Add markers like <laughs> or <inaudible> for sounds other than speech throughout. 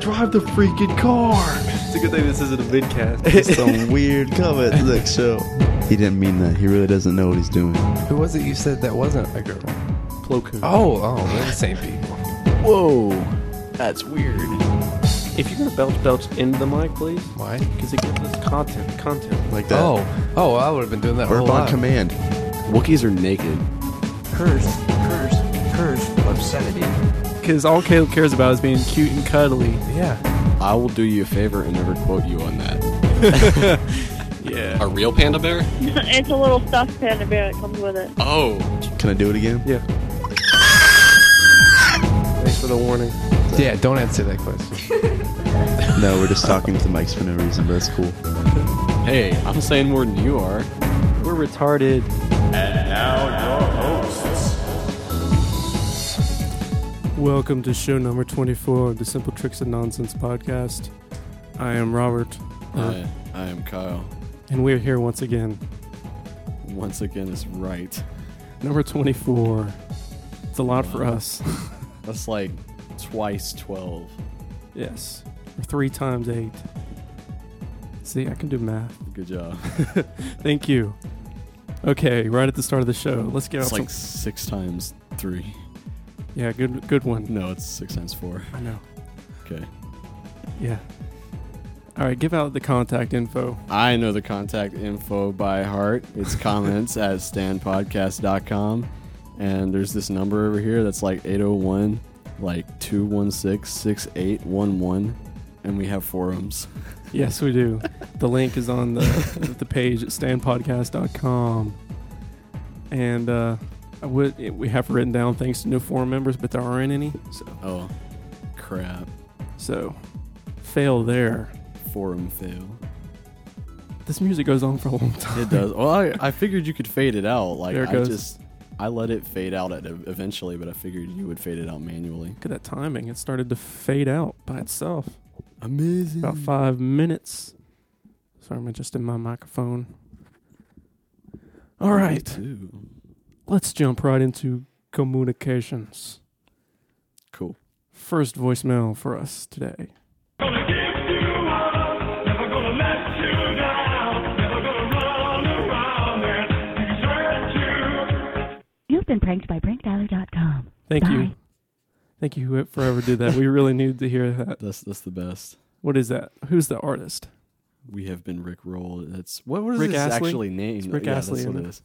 drive the freaking car. It's a good thing this isn't a <laughs> midcast. Some weird comment to the show. He didn't mean that. He really doesn't know what he's doing. Who was it you said that wasn't a girl? Plo Koon. Oh, oh, they're the same people. Whoa, that's weird. If you're gonna belch, belch into the mic, please, Why? because it gives us content. Content. Like that. Oh, oh, I would have been doing that Burp whole on lot. command. Wookiees are naked. Curse, curse, curse, obscenity. Because all Caleb cares about is being cute and cuddly. yeah. I will do you a favor and never quote you on that. Yeah. A real panda bear? <laughs> it's a little stuffed panda bear that comes with it. Oh, Can I do it again? Yeah. Thanks for the warning. Yeah, don't answer that question. No, we're just talking to the mics for no reason, but that's cool. hey, I'm saying more than you are. We're retarded. Welcome to show number 24 of the Simple Tricks and Nonsense podcast. I am Robert, uh, Hi, I am Kyle. and we're here once again. Once again, it's right. Number 24. It's a lot for us. That's like twice 12. yes. Or three times eight. See, I can do math. Good <laughs> job. Thank you. Okay, right at the start of the show, let's get It's off. like six times three. yeah, good, good one. No, it's six times four. I know. Okay. Yeah. All right, give out the contact info. I know the contact info by heart. It's <laughs> comments at standpodcast.com. And there's this number over here that's like 801 like 216 6811. And we have forums. Yes, we <laughs> do. the link is on the the page at standpodcast.com. And uh, I would it- we have written down thanks to new forum members, but there aren't any. So, Oh, crap. so fail there. Forum fail. This music goes on for a long time. It does. Well, I, I figured you could fade it out. Like There it I goes. just I let it fade out at eventually, but I figured you would fade it out manually. Look at that timing. It started to fade out by itself. Amazing. About five minutes. Sorry, I'm adjusting my microphone. All right, let's jump right into communications. Cool. First voicemail for us today. You've been pranked by prankdialer.com. Thank you. Bye. Thank you, who forever did that. We really needed to hear that. That's that's the best. What is that? Who's the artist? We have been Rick rolled. That's what what is Rick this Astley? actually named? It's Rick yeah, Astley, that's what isn't it it? is.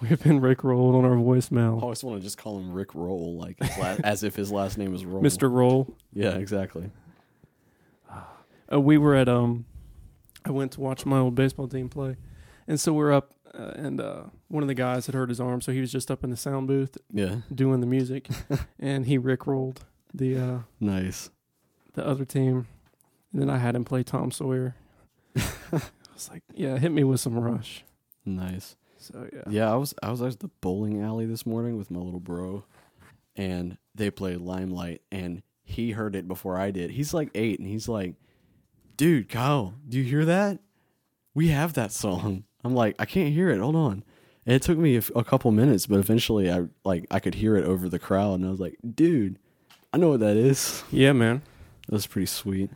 We've been rickrolled on our I voicemail. always want to just call him Rick Roll, like his <laughs> la- as if his last name is Roll. Mr. Roll. Yeah, exactly. Uh, we were at um, I went to watch my old baseball team play, and so we're up, uh, and uh, one of the guys had hurt his arm, so he was just up in the sound booth Yeah, doing the music, and he rickrolled the uh, nice. the other team, and then I had him play Tom Sawyer. I was like, yeah, hit me with some Rush. Nice. So Yeah, I was I was at the bowling alley this morning with my little bro, and they played Limelight, and he heard it before I did. He's like eight, and he's like, "Dude, Kyle, do you hear that? We have that song." I'm like, "I can't hear it. Hold on." And it took me a, f- a couple minutes, but eventually, I like I could hear it over the crowd, and I was like, "Dude, I know what that is." yeah, man. That's pretty sweet.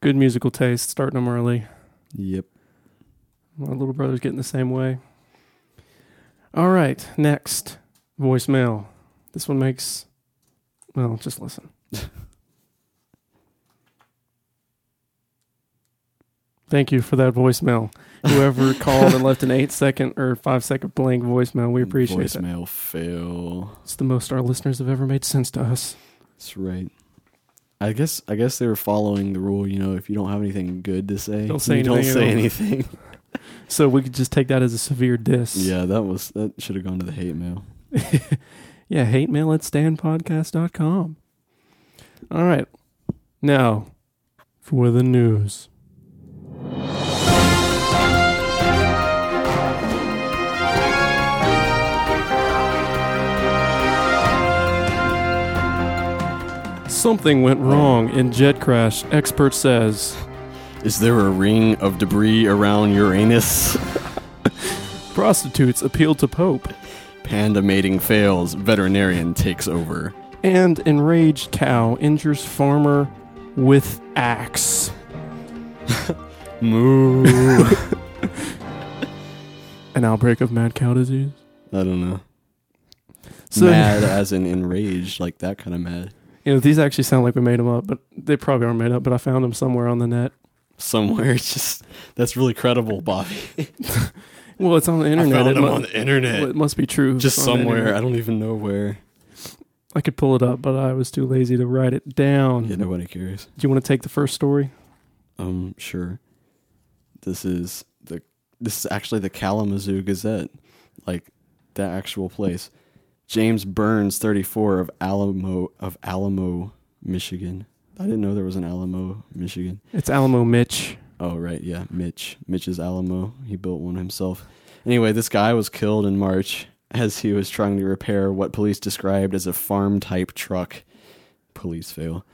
Good musical taste. Starting them early. Yep. My little brother's getting the same way. All right, next voicemail. This one makes, well, just listen. <laughs> Thank you for that voicemail. <laughs> Whoever called and left an eight second or five second blank voicemail, we appreciate that. voicemail fail. It's the most our listeners have ever made sense to us. That's right. I guess I guess they were following the rule. You know, if you don't have anything good to say, <laughs> Don't say you don't anything say at all. anything. <laughs> So we could just take that as a severe diss. yeah, that was that should have gone to the hate mail. Yeah, hate mail at standpodcast.com. All right. Now, for the news. Something went wrong in jet crash, expert says. Is there a ring of debris around Uranus? Prostitutes appeal to Pope. Panda mating fails. Veterinarian takes over. And enraged cow injures farmer with axe. Moo. <laughs> I An outbreak of mad cow disease. don't know. So mad <laughs> as in enraged, like that kind of mad. you know these actually sound like we made them up, but they probably aren't made up. But I found them somewhere on the net. Somewhere <laughs> it's just that's really credible, Bobby. Well, it's on the internet. I found it, them mu- on the internet. well, it must be true. <laughs> just It's on the somewhere. internet. I don't even know where. I could pull it up, but I was too lazy to write it down. Yeah, nobody cares. Do you want to take the first story? Um, sure. This is the this is actually the Kalamazoo Gazette, like the actual place. James Burns, thirty four of Alamo of Alamo, Michigan. I didn't know there was an Alamo, Michigan. It's Alamo Mitch. Oh right, yeah, Mitch. Mitch's Alamo. He built one himself. Anyway, this guy was killed in March as he was trying to repair what police described as a farm type truck. Police fail.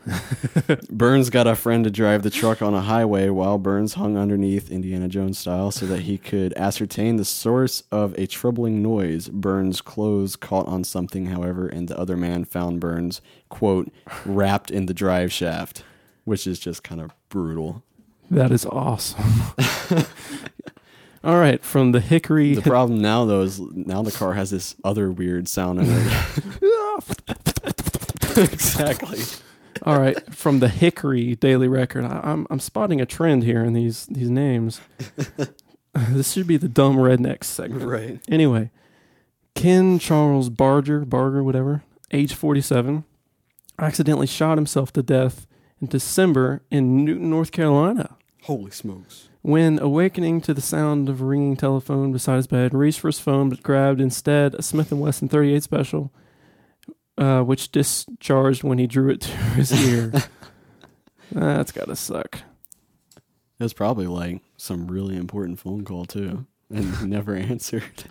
Burns got a friend to drive the truck on a highway while Burns hung underneath Indiana Jones style so that he could ascertain the source of a troubling noise. Burns' clothes caught on something, however, and the other man found Burns, quote, wrapped in the drive shaft, which is just kind of brutal. That is <laughs> awesome. All right, from the Hickory. The problem now, though, is now the car has this other weird sound in it. exactly. <laughs> All right, from the Hickory Daily Record. I, I'm I'm spotting a trend here in these these <laughs> names. <laughs> this should be the dumb redneck segment, Right. Anyway, Ken Charles Barger, Barger, whatever, age 47, accidentally shot himself to death in December in Newton, North Carolina. Holy smokes. When awakening to the sound of a ringing telephone beside his bed, reached for his phone but grabbed instead a Smith & Wesson 38 special, uh, which discharged when he drew it to <laughs> his ear. That's gotta suck. It was probably like some really important phone call, too, and <laughs> he never answered.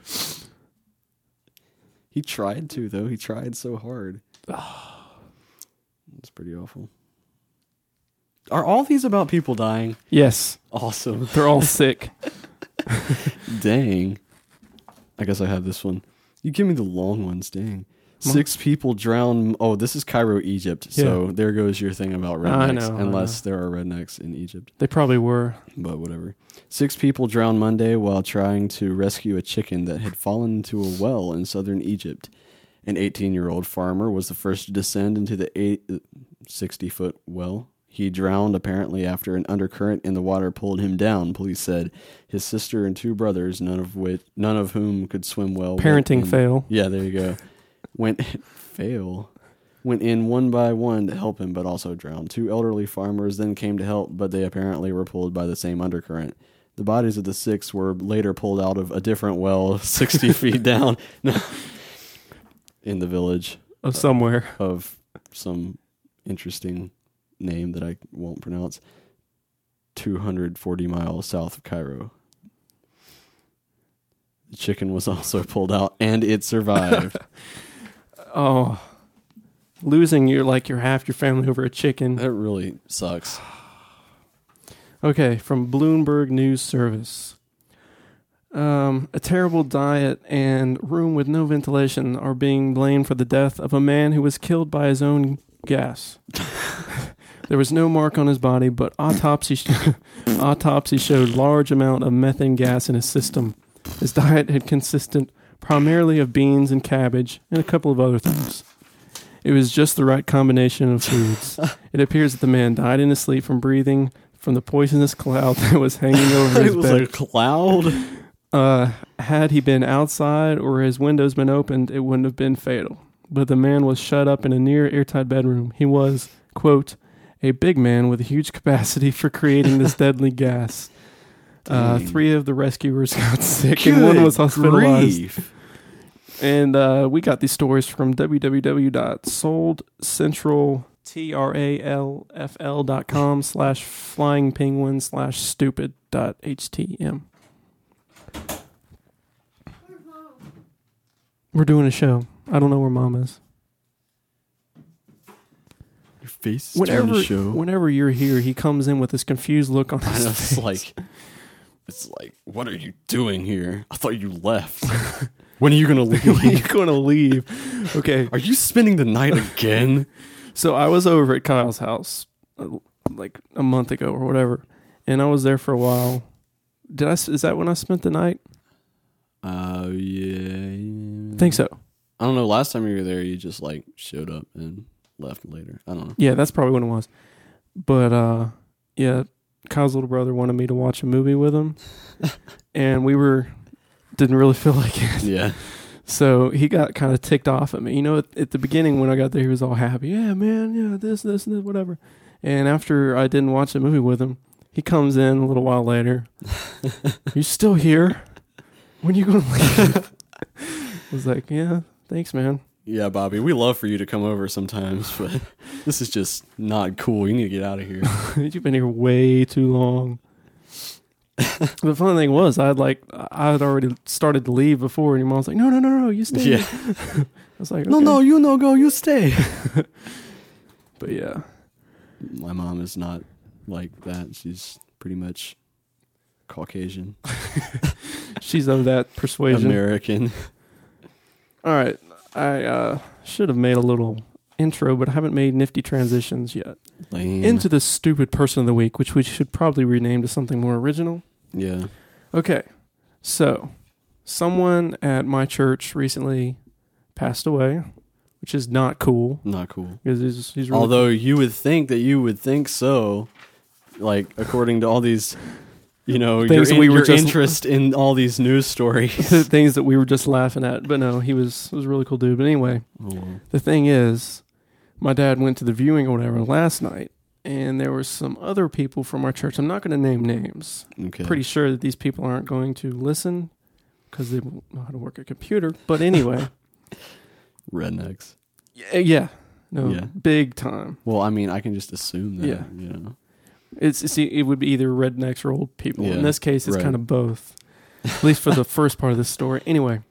He tried to, though. He tried so hard. It's pretty awful. Are all these about people dying? Yes, Awesome. they're all sick. Dang. I guess I have this one. You give me the long ones, dang. Six people drown. Oh, this is Cairo, Egypt. So there goes your thing about rednecks, I know, I unless there are rednecks in Egypt. They probably were. But whatever. Six people drowned Monday while trying to rescue a chicken that had fallen into a well in southern Egypt. An 18 year old farmer was the first to descend into the eight, 60 foot well. He drowned apparently after an undercurrent in the water pulled him down, police said. His sister and two brothers, none of which none of whom could swim well. went Parenting in- fail. Yeah, there you go. Went <laughs> fail. Went in one by one to help him, but also drowned. Two elderly farmers then came to help, but they apparently were pulled by the same undercurrent. The bodies of the six were later pulled out of a different well <laughs> 60 feet down <laughs> in the village Of somewhere. of some interesting name that I won't pronounce. 240 miles south of Cairo. The chicken was <laughs> also pulled out and it survived. Oh, losing your like your half your family over a chicken. that really sucks. Okay, from Bloomberg News Service. Um, a terrible diet and room with no ventilation are being blamed for the death of a man who was killed by his own gas. <laughs> there was no mark on his body, but autopsy <laughs> autopsy showed large amount of methane gas in his system. His diet had consisted primarily of beans and cabbage and a couple of other things. It was just the right combination of foods. it appears that the man died in his sleep from breathing from the poisonous cloud <laughs> that was hanging over his <sighs> <laughs> It was bed. a <laughs> cloud. Uh, had he been outside or his windows been opened, it wouldn't have been fatal. But the man was shut up in a near airtight bedroom. He was, quote, a big man with a huge capacity for creating this deadly gas. Uh, Dang. three of the rescuers <laughs> got sick and one was hospitalized. Grief. And uh, we got these stories from www.soldcentraltralffl.com slash flying penguin slash stupid dot htm. We're doing a show. I don't know where mom is. Your face is trying Whenever, to show. <laughs> whenever you're here, he comes in with this confused look on I his know, face. it's like, it's like, what are you doing here? I thought you left. <laughs> when are you gonna When leave? you gonna leave? <laughs> Okay. <laughs> are you spending the night again? So I was over at Kyle's house uh, like a month ago or whatever, and I was there for a while. Did I? s- Is that when I spent the night? Uh, yeah. I think so. I don't know. Last time you were there, you just like showed up and left later. I <laughs> don't know. Yeah, that's probably when it was. But uh, yeah, Kyle's little brother wanted me to watch a movie with him, and we were didn't really feel like it. Yeah. So he got kind of ticked off at me. You know, at, at the beginning when I got there, he was all happy. Yeah, man, yeah, this, this, and this, whatever. And after I didn't watch the movie with him, he comes in a little while later. you still here? When you going to leave? I was like, yeah, thanks, man. Yeah, Bobby, we love for you to come over sometimes, but <laughs> this is just not cool. You need to get out of <laughs> here. <laughs> You've been here way too long. the fun thing was, I'd like, I had already started to leave before, and your mom's like, no, no, no, no, you stay. yeah. I was like, No, "Okay." no, you no go. You stay. But yeah, <laughs> My mom is not like that. She's pretty much Caucasian, she's of that persuasion. <laughs> American. All right. I uh, should have made a little intro, but I haven't made nifty transitions yet. Lame. Into the stupid person of the week, which we should probably rename to something more original. yeah. Okay. So, someone at my church recently passed away, which is not cool Not cool. because he's, he's really Although you would think that you would think so, like according to all these, you know, Things your, we were your just- interest in all these <laughs> news the stories. <laughs> Oh, things that we were just laughing at. But no, he was was a really cool dude. But anyway, the thing is, my dad went to the viewing or whatever last night, and there were some other people from our church. I'm not going to name names. okay. pretty sure that these people aren't going to listen because they don't know how to work a computer. But anyway, rednecks. y- yeah, no, Yeah. big time. Well, I mean, I can just assume that. Yeah. You know. It's, it's it would be either rednecks or old people. Yeah, In this case, it's right. kind of both, at least <laughs> for the first part of this story. Anyway,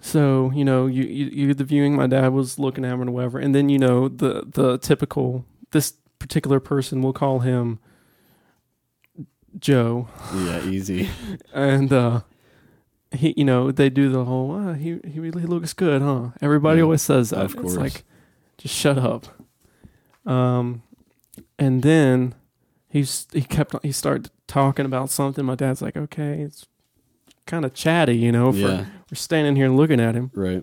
so you know, you you, you the viewing. My dad was looking at him or whatever, and then you know the the typical this particular person. We'll call him Joe. Yeah. Easy. and uh he you know they do the whole "Ah, he he really looks good huh everybody Yeah, always says that of course. it's like just shut up um and then he's he kept on he started talking about something my dad's like okay it's kind of chatty you know for, yeah. we're standing here looking at him Right.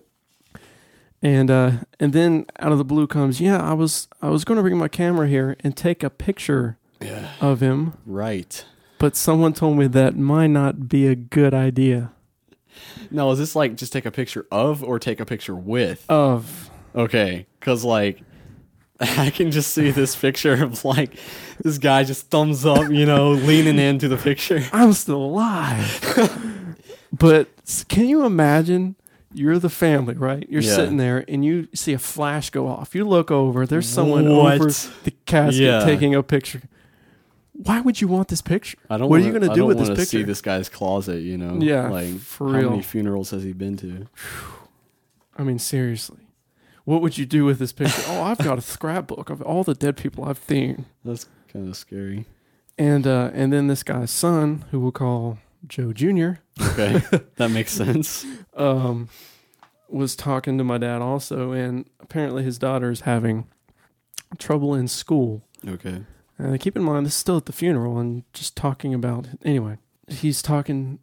and uh, and then out of the blue comes, yeah, I was I was going to bring my camera here and take a picture Yeah. of him, Right. but someone told me that might not be a good idea. Now, is this like just take a picture of or take a picture with? Of Okay, because like <laughs> I can just see this picture of like this guy just thumbs up, <laughs> you know, leaning into the picture. I'm still alive. <laughs> but s- can you imagine? You're the family, right? You're Yeah. sitting there and you see a flash go off. You look over, there's someone What? over the casket Yeah. taking a picture. Why would you want this picture? I don't. what wanna, are you going I to do don't with this wanna picture? See this guy's closet, you know. Yeah, like for How many real. funerals has he been to? I mean, seriously. What would you do with this picture? oh, I've got a scrapbook of all the dead people I've seen. That's kind of scary. And uh, and then this guy's son, who we'll call Joe Jr., <laughs> Okay, that makes sense. um, was talking to my dad also, and apparently his daughter is having trouble in school. Okay. <laughs> Uh, keep in mind, this is still at the funeral, and just talking about anyway. He's talking.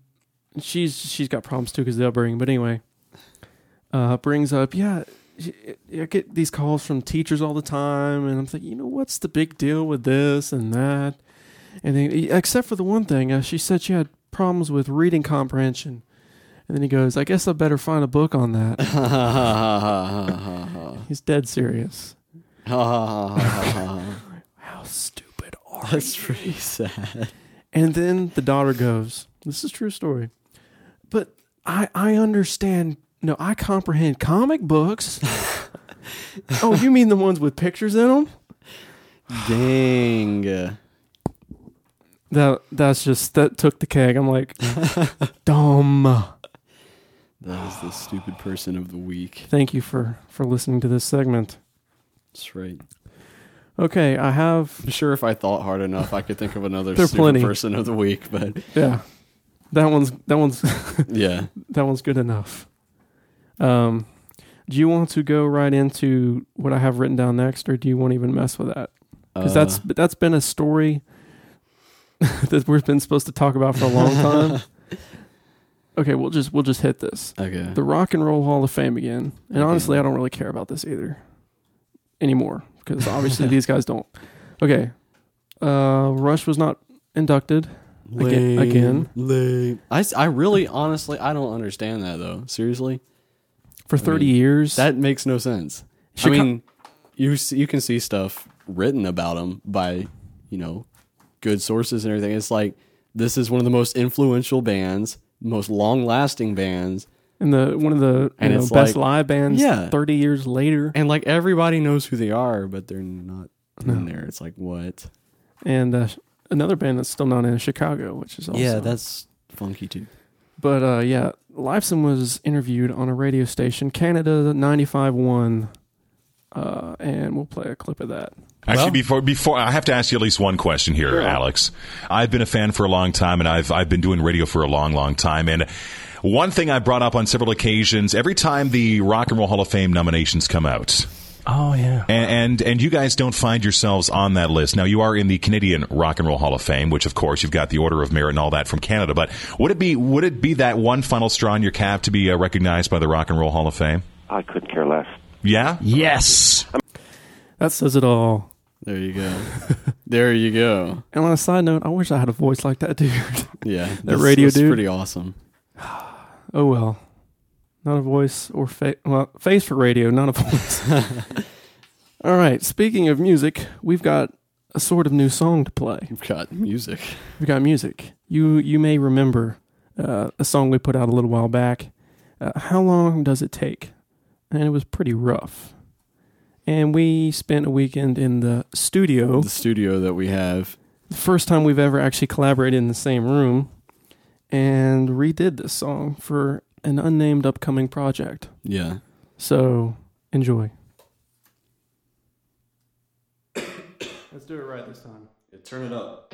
She's she's got problems too because the upbringing. But anyway, uh, brings up yeah. I get these calls from teachers all the time, and I'm thinking, you know, what's the big deal with this and that? And then, e, except for the one thing, uh, she said she had problems with reading comprehension. And then he goes, I guess I better find a book on that. <laughs> He's dead serious. That's How stupid are pretty sad. And then the daughter goes, This is true story. But I I understand no, I comprehend comic books. oh, you mean the ones with pictures in them? Dang. <laughs> That that's just that took the keg. I'm like, dumb. That is the stupid person of the week. Thank you for for listening to this segment. That's right. Okay, I have I'm sure if I thought hard enough, I could think of <laughs> another There are stupid plenty. person of the week. <laughs> But yeah. That one's that one's <laughs> yeah, that one's good enough. Um do you want to go right into what I have written down next or do you want to even mess with that? because that's Uh. that's been a story <laughs> that we've been supposed to talk about for a long <laughs> time. okay, we'll just we'll just hit this. uh, okay. The Rock and Roll Hall of Fame again, and Okay. honestly, I don't really care about this either anymore because <laughs> obviously these guys don't. Okay, uh, Rush was not inducted. Again- again. Lame. I, s- I really honestly I don't understand that though. Seriously, for 30 mean, years. that makes no sense. Chica- I mean, you s- you can see stuff written about him by you know good sources and everything. It's like this is one of the most influential bands, most long lasting bands, and the one of the And you know, it's best like- live bands Yeah. 30 years later. and like everybody knows who they are, but they're not in there. It's like what? And uh, sh- another band that's still not in Chicago, which is also. that's funky too. But uh, yeah, Lifeson was interviewed on a radio station, Canada 95.1. Uh, and we'll play a clip of that. Actually, before before I have to ask you at least one question here, Alex. I've been a fan for a long time, and I've I've been doing radio for a long, long time. And one thing I brought up on several occasions, every time the Rock and Roll Hall of Fame nominations come out, Oh yeah. and and, and you guys don't find yourselves on that list. Now you are in the Canadian Rock and Roll Hall of Fame, which of course you've got the Order of Merit and all that from Canada. But would it be would it be that one final straw in your cap to be uh, recognized by the Rock and Roll Hall of Fame? I couldn't care less. Yeah. Yes. That says it all. There <laughs> you go. there you go. And on a side note, I wish I had a voice like that <laughs> dude. Yeah, That radio is dude. pretty awesome. oh well. Not a voice or face. Well, face for radio, not a voice. all right. Speaking of music, we've got a sort of new song to play. We've got music. We got music. You you may remember uh, a song we put out a little while back. Uh, How long does it take? And it was pretty rough. And we spent a weekend in the studio. The studio that we have. The first time we've ever actually collaborated in the same room, and redid this song for an unnamed upcoming project. Yeah. So enjoy. Let's do it right this time. Turn it up.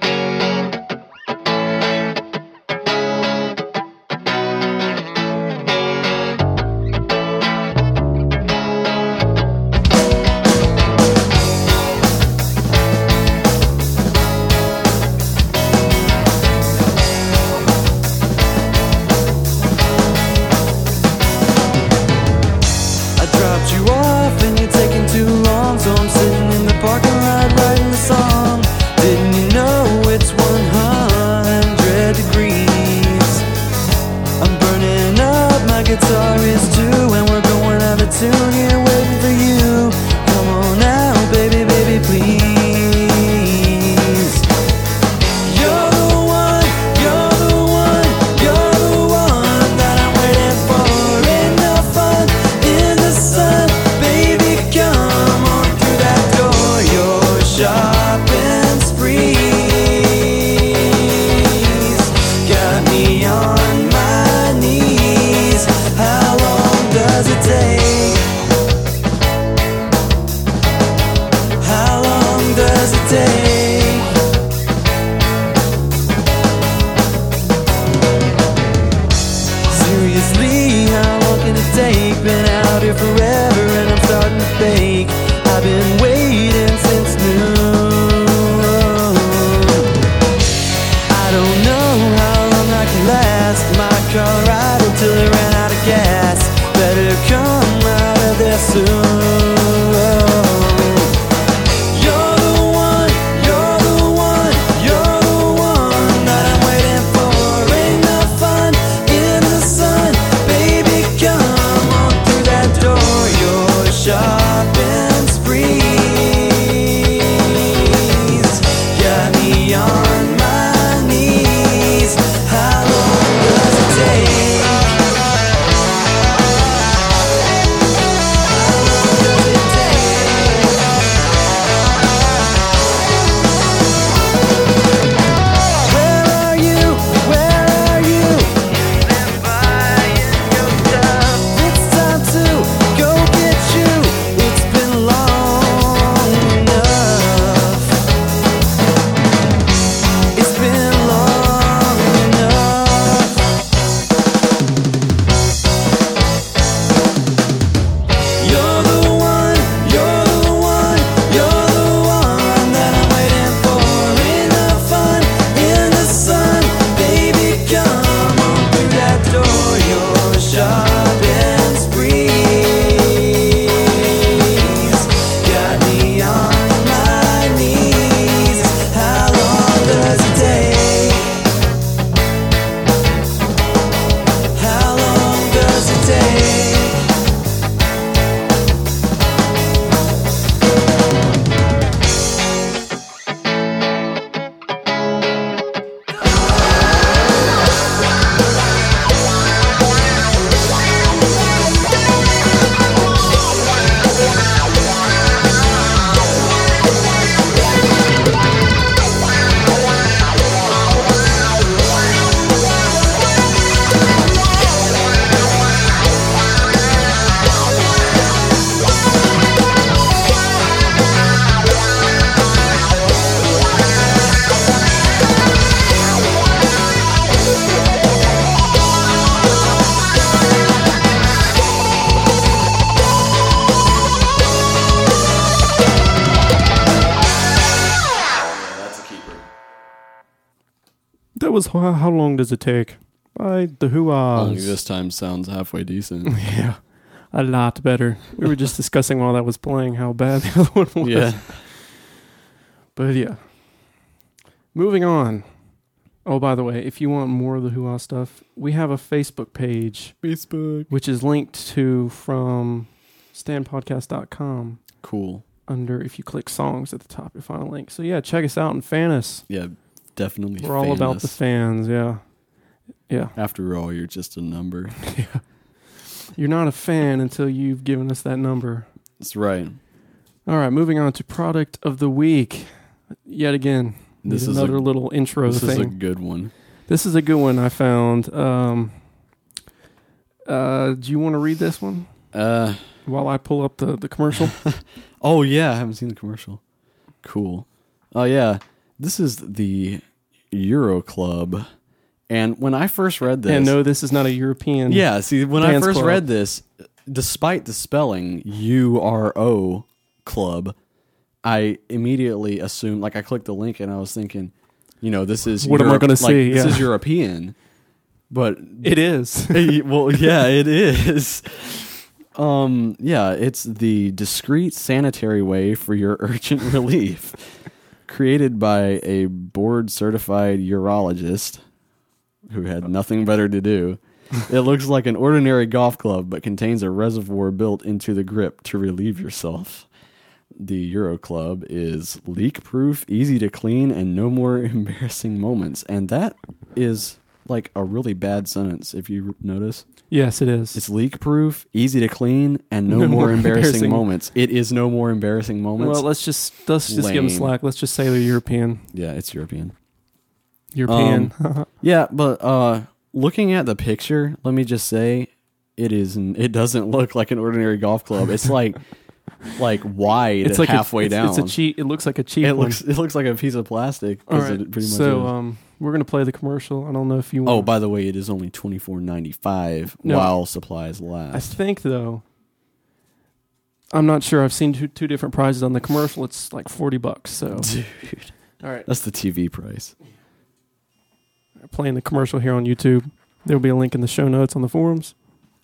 I dropped you off and you're taking too long, so I'm sitting in the parking lot writing a song. Didn't you know it's 100 degrees? I'm burning up, my guitar is too, and we're going out of tune here waiting for you. Come on out, baby, baby, please. You're the one, you're the one, you're the one that I'm waiting for in the fun, in the sun, baby. Come on through that door, your shopping sprees got me on my knees. How long does it take? How long does it take? Seriously, how long can it take? Been out here forever and I'm starting to fake. I've been waiting since noon. I don't know how long I can last. My car ride until it ran out of gas. Better come out of there soon. You're the one, you're the one, you're the one that I'm waiting for. Ain't no fun in the sun, baby. Come on through that door. Your shopping sprees got me on my knees. How long does it take? That was how, how long does it take? By the Who Only Ahs. this time sounds halfway decent. Oh, <laughs> yeah, a lot better. We were just discussing while that was playing how bad the <laughs> other one was. Yeah. But yeah. Moving on. Oh, by the way, if you want more of the Whoa stuff, we have a Facebook page. Facebook. Which is linked to from standpodcast.com. Cool. Under, if you click songs at the top, you'll find a link. So yeah, check us out and fan us. Yeah, definitely. We're all fan about us. the fans, yeah. Yeah. After all, you're just a number. yeah. You're not a fan until you've given us that number. That's right. All right, moving on to product of the week. Yet again, this This is is another a- little intro this thing. is a good one. This is a good one I found. Um, uh, do you want to read this one? Uh, While I pull up the, the <laughs> commercial. oh yeah, I haven't seen the commercial. Cool. Oh yeah, this is the Euro Club, and when I first read this, and no, this is not a European. yeah. See, when I dance first club. read this, despite the spelling U R O Club, I immediately assumed, like, I clicked the link and I was thinking, you know, this is What am I Europe- gonna like, see? This Yeah. is European, but it is. <laughs> <laughs> Hey, well, yeah, it is. Um, yeah, it's the discreet sanitary way for your <laughs> urgent relief, created by a board-certified urologist who had nothing better to do. It looks like an ordinary golf club, but contains a reservoir built into the grip to relieve yourself. The Euro Club is leak proof, easy to clean, and no more <laughs> embarrassing moments. And that is like a really bad sentence if you notice. Yes, it is. It's leak proof, easy to clean, <laughs> and no, more, embarrassing, moments. It is no more embarrassing moments. Well, let's just let's just give Lame. Um, them slack. Let's just say they're European. yeah, it's European. European. Yeah, but uh looking at the picture, let me just say it is it doesn't look like an ordinary golf club. <laughs> It's like like wide it's like a- halfway it's- down. It's, a cheat. It looks like a cheat. it looks it looks like a piece of plastic. All 'cause right. it pretty much so is. um, we're gonna play the commercial. I don't know if you. want Oh, by the way, it is only twenty four ninety five No. while supplies I last. think though, I'm not sure. I've seen two two different prizes on the commercial. It's like forty bucks. <laughs> So Dude, all right, that's the TV price. playing the commercial here on YouTube. There will be a link in the show notes on the forums.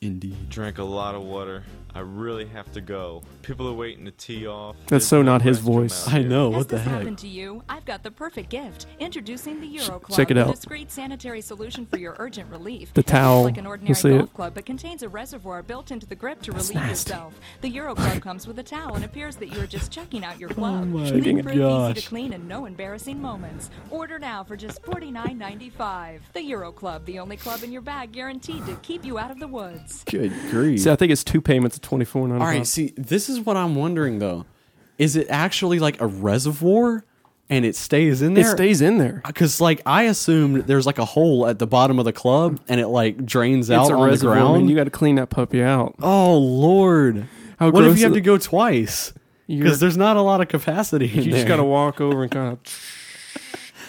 Indeed. Drank a lot of water. I really have to go. People are waiting to tee off. That's so not his voice. I know Has what the this heck. happened to you? I've got the perfect gift. Introducing the Euro Club, check it a out. discreet sanitary solution for your urgent relief. It The looks towel. like an You'll ordinary see it. golf club, but contains a reservoir built into the grip to relieve yourself. The Euro Club comes with a towel and appears that you are just checking out your club. Oh my Leak proof, easy gosh. to clean, and no embarrassing moments. Order now for just forty nine ninety five. The Euro Club, the only club in your bag guaranteed to keep you out of the woods. Good grief. See, I think it's two payments of twenty four All right, see, this is what I'm wondering though. Is it actually like a reservoir and it stays in it there? stays in there. Cuz like I assumed there's like a hole at the bottom of the club and it like drains out it's a on the reservoir, ground. and you got to clean that puppy out. oh lord. How what if gross you have is it? to go twice? You're- Cuz there's not a lot of capacity in You just there. got to walk over and kind of.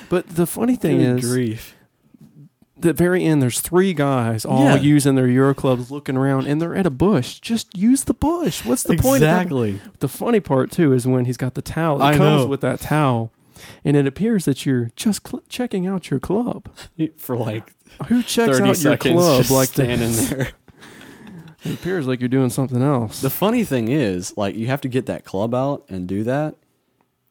But the funny thing Good is, grief. the very end, there's three guys all Yeah. using their Euro clubs, looking around, and they're at a bush. Just use the bush. What's the point? of having- Exactly. The funny part too is when he's got the towel. It I comes know. with that towel, and it appears that you're just cl- checking out your club. For like Who checks 30 out your seconds club just like standing this? there. It appears like you're doing something else. The funny thing is, like, you have to get that club out and do that,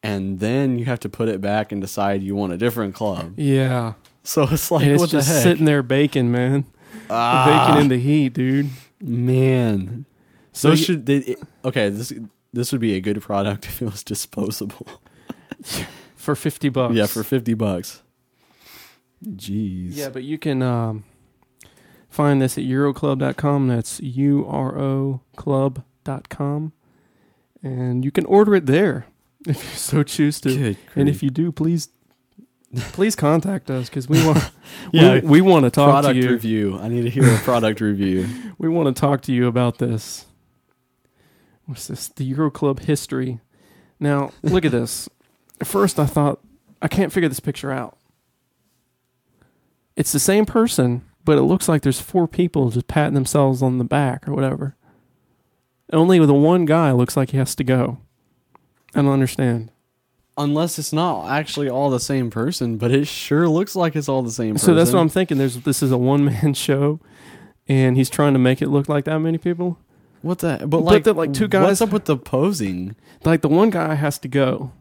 and then you have to put it back and decide you want a different club. yeah, So it's like, and it's what the just heck? sitting there baking, man. Ah. Baking in the heat, dude. Man, so you- should they, it- okay. This this would be a good product <laughs> if it was disposable. for fifty bucks. yeah, for fifty bucks. Jeez. Yeah, but you can um, find this at euroclub.com. That's U R O club.com. And you can order it there <laughs> if you so choose to. Good and grief. if you do, please please contact us because <laughs> we want Yeah, we, we want to talk product to you. review. I need to hear a product review. <laughs> We want to talk to you about this. What's this? The Euro Club history. Now, look at this. <laughs> At first, I thought, I can't figure this picture out. It's the same person, but it looks like there's four people just patting themselves on the back or whatever. Only the one guy looks like he has to go. I don't understand. Unless it's not actually all the same person, but it sure looks like it's all the same person. So that's what I'm thinking. There's this is a one man <laughs> show, and he's trying to make it look like that many people. What the? But like, the, like two guys. What's up with the posing? Like the one guy has to go,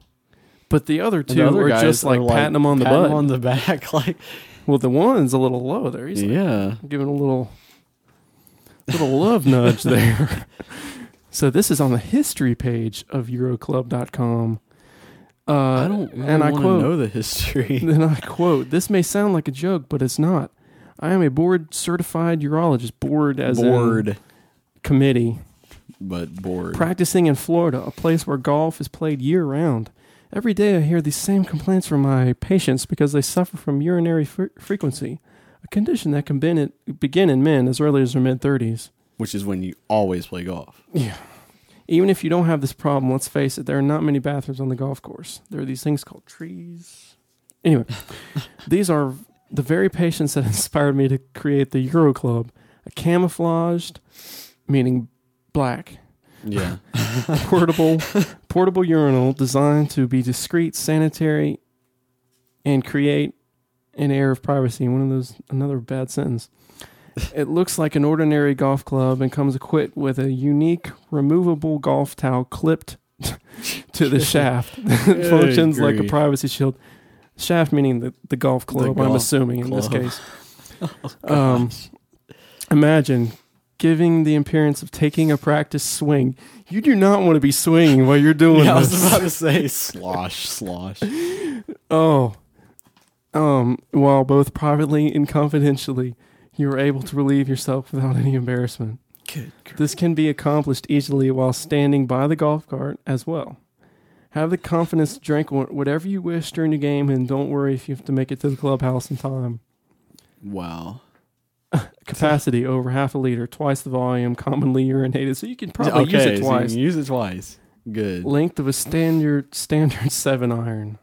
but the other two The other are guys just like are, like, patting him on the patting butt, him on the back. <laughs> Like, well, the one's a little low there. He's like, Yeah. giving a little, little love nudge <laughs> there. so this is on the history page of EuroClub.com. Uh, I don't really and I wanna quote, <laughs> know the history. <laughs> Then I quote: "This may sound like a joke, but it's not. I am a board-certified urologist, board as in Board. committee, but bored. practicing in Florida, a place where golf is played year round. Every day I hear these same complaints from my patients because they suffer from urinary fre- frequency, a condition that can begin, begin in men as early as their mid 30s. Which is when you always play golf. Yeah. Even if you don't have this problem, let's face it, there are not many bathrooms on the golf course. There are these things called trees. Anyway, these are the very patients that <laughs> inspired me to create the Euro Club, a camouflaged, meaning black, <laughs> Yeah. <laughs> portable, portable urinal designed to be discreet, sanitary, and create an air of privacy. One of those, another bad sentence. It looks like an ordinary golf club and comes equipped with a unique removable golf towel clipped <laughs> to the shaft. Good It functions like a grief. privacy shield. Shaft meaning the, the golf club, I'm golf assuming in this club. <laughs> case. Oh, um, imagine giving the appearance of taking a practice swing. You do not want to be swinging while you're <laughs> doing Yeah, I was this. about to say <laughs> slosh, <laughs> slosh. Oh. Um, while both privately and confidentially, you are able to relieve yourself without any embarrassment. This can be accomplished easily while standing by the golf cart as well. Have the confidence to drink wh- whatever you wish during the game, and don't worry if you have to make it to the clubhouse in time. Wow. Capacity over half a liter, twice the volume, commonly urinated, so you can probably okay, use so it Oh, you can twice. use it twice. Good. Length of a standard standard seven iron.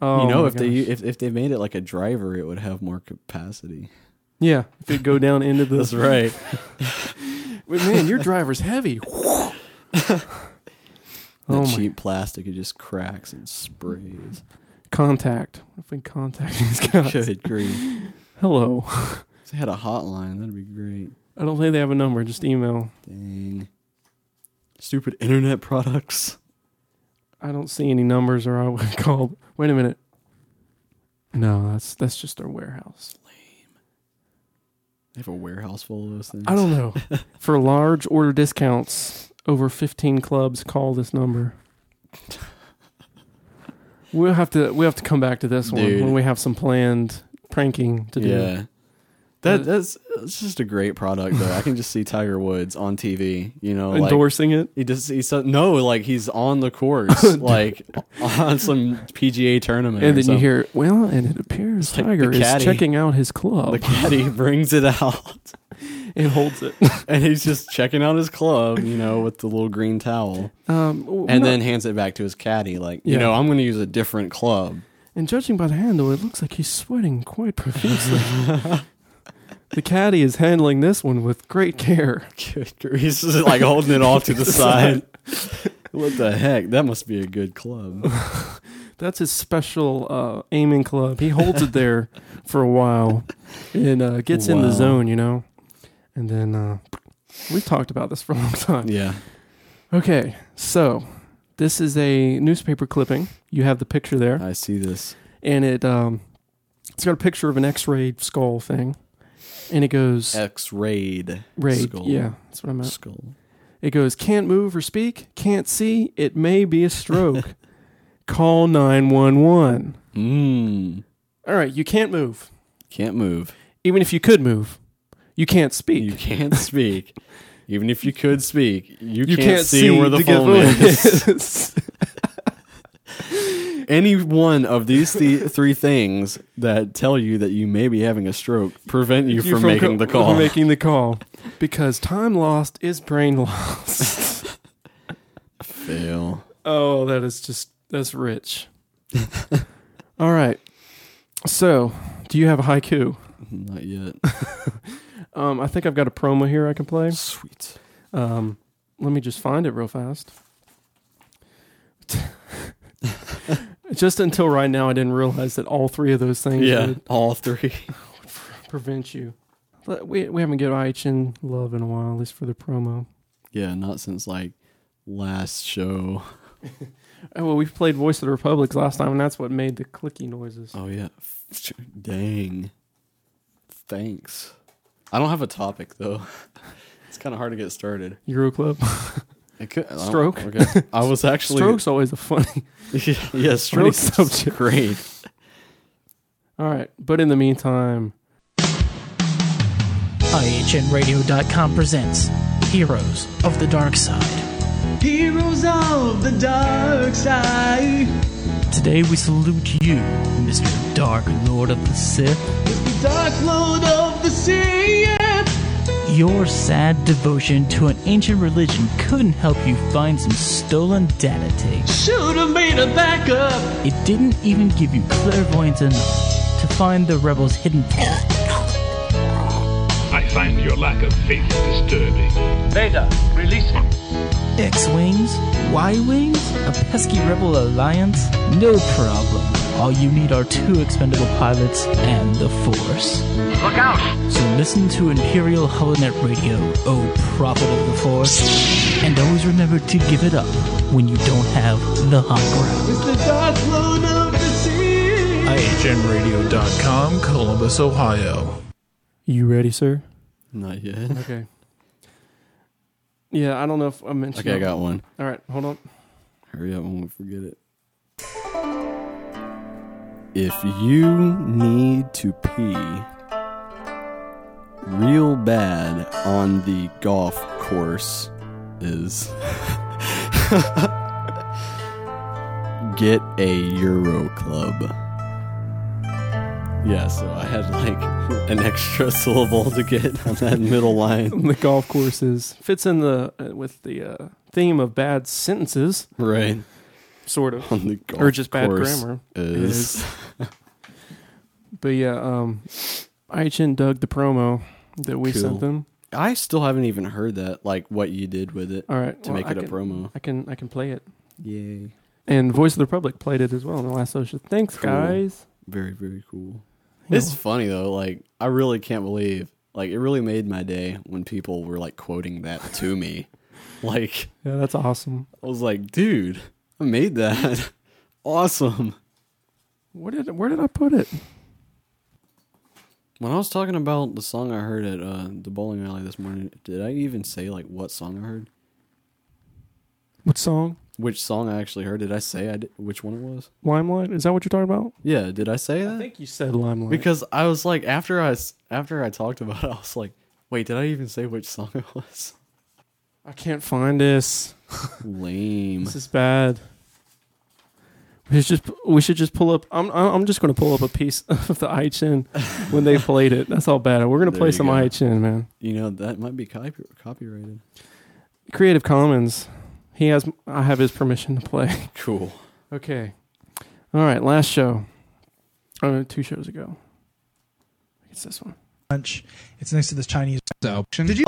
Oh, <laughs> you know, my if they if, if they made it like a driver, it would have more capacity. Yeah, if it go down into the. <laughs> That's right. Wait, man, your driver's <laughs> heavy. <laughs> oh The my cheap plastic, it just cracks <laughs> and sprays. contact. <laughs> I've been contacting these <laughs> guys. Good grief. Hello. If they had a hotline, that'd be great. I don't think they have a number. Just email. Dang. Stupid internet products. I don't see any numbers, or I would <laughs> have called. Wait a minute. No, that's that's just their warehouse. They have a warehouse full of those things. I don't <laughs> know. For large order discounts over fifteen clubs, call this number. We'll have to we will have to come back to this Dude. one when we have some planned pranking to do. Yeah. Uh, That that's, that's just a great product though. I can just see Tiger Woods on TV, you know, like- Endorsing it? He just he's so- no, like he's on the course, <laughs> like on some PGA tournament. And or then you something. hear, well, and it appears like Tiger the is caddy. checking out his club. The caddy brings it out <laughs> and holds it, and he's just checking out his club, you know, with the little green towel, Um, w- and no- then hands it back to his caddy, like you Yeah. know, I'm going to use a different club. And judging by the handle, it looks like he's sweating quite <laughs> profusely. the caddy is handling this one with great care. <laughs> He's just like holding it off to <laughs> the side. what the heck? That must be a good <laughs> club. That's his special uh, aiming club. He holds it <laughs> there for a while and uh, gets in Wow. the zone, you know. And then uh, we've talked about this for a long time. Yeah. Okay, so this is a newspaper clipping. You have the picture there. I see this. And it um, it's got a picture of an X-ray skull thing, and it goes X-rayed Raid, skull. yeah, that's what I meant. Skull. It goes, can't move or speak, can't see, it may be a <laughs> stroke. Call 911. Mm. All right, you can't move. Can't move. Even if you could move, you can't speak. You can't speak. Even if you could speak, you, You can't, see, where the to get phone <laughs> <laughs> voice. <laughs> is. Any one of these th- three things that tell you that you may be having a stroke prevent you, You from, from making co- <laughs> the call. <laughs> from making the call. Because time lost is brain lost. <laughs> Fail. Oh, that is just that's <laughs> rich. All right. So, do you have a haiku? Not yet. um, I think I've got a promo here I can play. Sweet. Um, let me just find it real fast. <laughs> Just until right now, I didn't realize that all three of those things Yeah, would all three. prevent you. But we we haven't given IHN love in a while, at least for the promo. <laughs> Yeah, not since like last show. Oh well, we played Voice of the Republic last time, and that's what made the clicky noises. Oh yeah, dang. Thanks. I don't have a topic though. <laughs> It's kind of hard to get started. Euro <laughs> Club. It could, I don't- Stroke. Okay. I was actually Stroke's always a funny. <laughs> Yeah, <laughs> yeah, funny stroke's <laughs> great. All right, but in the meantime, IHNRadio.com presents Heroes of the Dark Side. Heroes of the dark side. Today we salute you, Mr. Dark Lord of the Sith. The dark lord of the sea. Your sad devotion to an ancient religion couldn't help you find some stolen data tapes. Should have made a backup. It didn't even give you clairvoyance enough to find the rebels' hidden path. I find your lack of faith disturbing. Vader, release him. X-Wings? Y-Wings? A pesky rebel alliance? No problem. All you need are two expendable pilots and the Force. Look out! So listen to Imperial Holonet Radio, oh prophet of the Force. And always remember to give it up when you don't have the hunger. It's the dark lord of the sea. IHNRadio.com, Columbus, Ohio. you ready, sir? Not yet. Okay. Yeah, I don't know if I mentioned. Okay, I it. got one. All right, hold on. Hurry up, I won't forget it. If you need to pee real bad on the golf course, is <laughs> get a Euro Club. Yeah, so I had like an extra <laughs> syllable to get on that middle line. <laughs> the golf courses fits in the uh, with the uh, theme of bad sentences, Right. Sort of, On the golf or just bad course grammar. is- but yeah, um, IHN dug the promo that we Cool. sent them. I still haven't even heard that, like what you did with it. All right, to well, make I it a can- promo. I can I can play it. Yay! And Voice of the Republic played it as well in the last social. Thanks, Cool. guys. Very very cool. Yeah. It's funny though. Like I really can't believe. Like it really made my day when people were like quoting that <laughs> to me. like Yeah, that's awesome. I was like, dude, I made that. <laughs> awesome. What did where did I put it? When I was talking about the song I heard at uh, the bowling alley this morning, did I even say like what song I heard? What song? Which song I actually heard? Did I say I did, which one it was? Limelight? Is that what you're talking about? Yeah, did I say that? I think you said Limelight. Because I was like after I s- after I talked about it, I was like, wait, did I even say which song it was? I can't find this. Lame. This is bad. We should just we should just pull up. I'm I'm I'm just going to pull up a piece <laughs> of the IHN when they played it. That's all bad. We're going to There play you some go. IHN, man. You know, that might be copy- copyrighted. Creative Commons. He has I have his permission to play. <laughs> Cool. Okay. All right. Last show. Oh, two shows ago. It's this one. lunch. It's next to this Chinese option. Did you-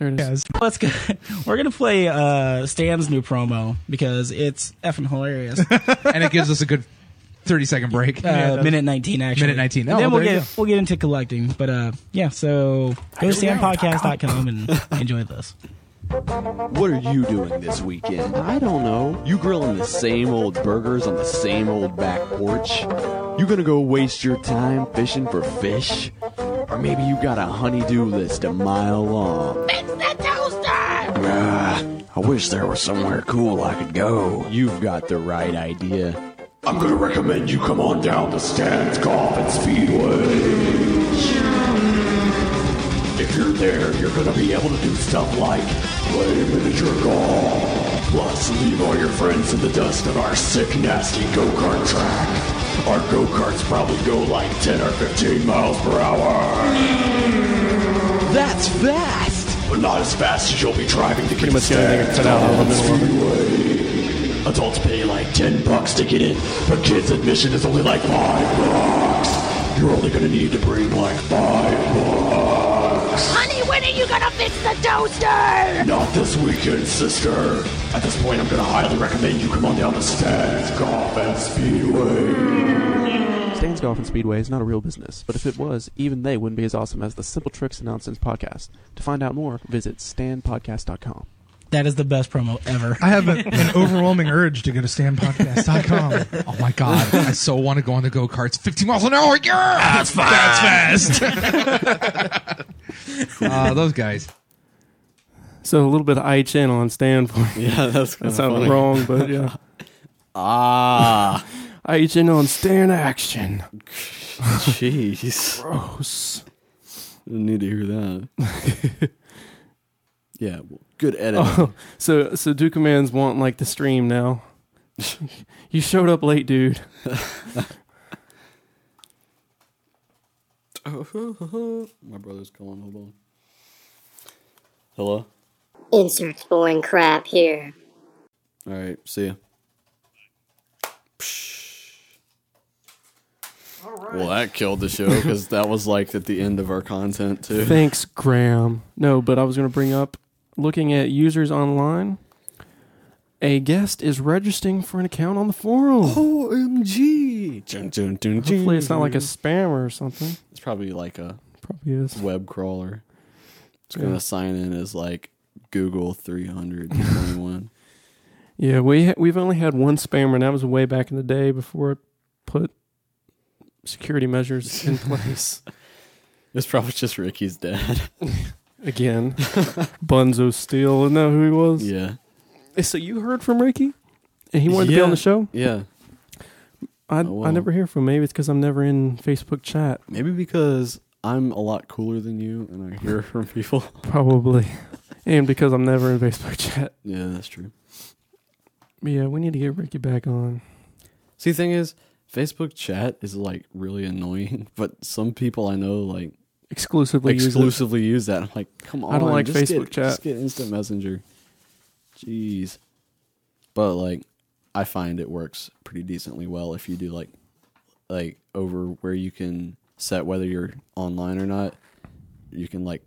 Yes. Let's go. <laughs> We're gonna play uh, Stan's new promo because it's effing <laughs> hilarious. and it gives us a good 30 second break. Uh, minute 19 actually. Minute 19. And Oh, then well, we'll there you get we'll get into collecting, but uh yeah, so go to stanpodcast.com and enjoy this. What are you doing this weekend? I don't know. You grilling the same old burgers on the same old back porch? You gonna go waste your time fishing for fish? Or maybe you got a honeydew list a mile long. It's the toaster. Ah, I wish there was somewhere cool I could go. You've got the right idea. I'm gonna recommend you come on down to Stan's Golf and Speedway. If you're there, you're gonna be able to do stuff like play miniature golf, plus leave all your friends in the dust at our sick, nasty go-kart track. Our go-karts probably go like 10 or 15 miles per hour. That's fast. But not as fast as you'll be driving to get to the only thing Stan's that's cut out Golf of and the middle Speedway. Adults pay like 10 bucks to get in, but kids' admission is only like 5 bucks. You're only gonna need to bring like 5 bucks. Honey, we're When are you gonna fix the toaster? Not this weekend, sister. At this point, I'm gonna highly recommend you come on down to Stan's Golf and Speedway. Stan's Golf and Speedway is not a real business, but if it was, even they wouldn't be as awesome as the Simple Tricks and Nonsense podcast. To find out more, visit stanpodcast.com. That is the best promo ever. I have an, an overwhelming urge to go to standpodcast.com. Oh my god, I so want to go on the go karts. 15 miles an hour. Yeah, that's fast. That's fast. <laughs> Ah, those guys. So a little bit of I channel on stand <laughs> for you. <laughs> Yeah, that's that kinda sounds funny. wrong, but <laughs> yeah. <laughs> Ah. I channel on stand action. Jeez. Gross. Didn't need to <laughs> hear that. yeah. w- Good edit. Oh, so so Duke Man's wanting like the stream now. <laughs> you showed up late, dude. My brother's calling. Hold on. Hello? Insert boring crap here. All right. See ya. Well, that killed the show because that was like at the end of our content, too. Thanks, Graham. No, but I was going to bring up looking at users online. A guest is registering for an account on the forum. OMG. Hopefully, it's not like a spammer or something. It's probably like a probably is. web crawler. It's Yeah. gonna sign in as like Google 321. Yeah, we ha- we've only had one spammer, and that was way back in the day before it put security measures <laughs> in place. it's probably just Ricky's dad. Again, Bunzo Steele, isn't that who he was? Yeah. So you heard from Ricky, and he wanted to be on Yeah, the show. Yeah. I I Oh, well. never hear from. him. Maybe it's because I'm never in Facebook chat. <laughs> Maybe because I'm a lot cooler than you, and I hear from people. Probably, and because I'm never in Facebook <laughs> chat. Yeah, that's true. Yeah, we need to get Ricky back on. See, thing is, Facebook chat is like really annoying, <laughs> but some people I know like Exclusively use it. exclusively use, that. I'm like, come on, I don't like just get- Facebook chat. Just get instant messenger. Jeez, but like, I find it works pretty decently well if you do like, like over where you can set whether you're online or not. You can like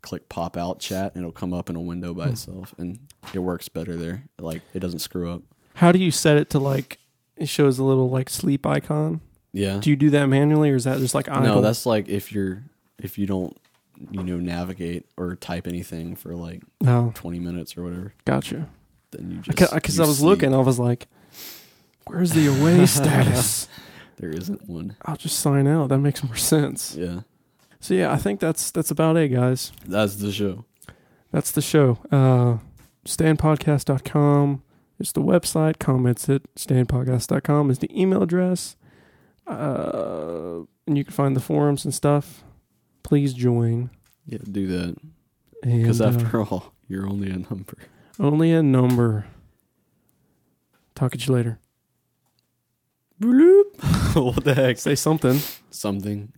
click pop out chat and it'll come up in a window by Hmm. itself, and it works better there. Like, it doesn't screw up. How do you set it to like? It shows a little like sleep icon. Yeah. Do you do that manually, or is that just like idle? No, that's like if you're if you don't you know navigate or type anything for like Oh. 20 minutes or whatever. Gotcha. Then you just because you I was sleep. looking, I was like, "Where's the <laughs> away status?" There isn't one. I'll just sign out. That makes more sense. Yeah. So yeah, I think that's that's about it, guys. That's the show. That's the show. Uh, standpodcast.com is the website. Comments at standpodcast.com is the email address. Uh, and you can find the forums and stuff. Please join. Yeah, do that. And, Cuz uh, after all, you're only a number. Only a number. Talk at you later. <laughs> what the heck? Say something. Something.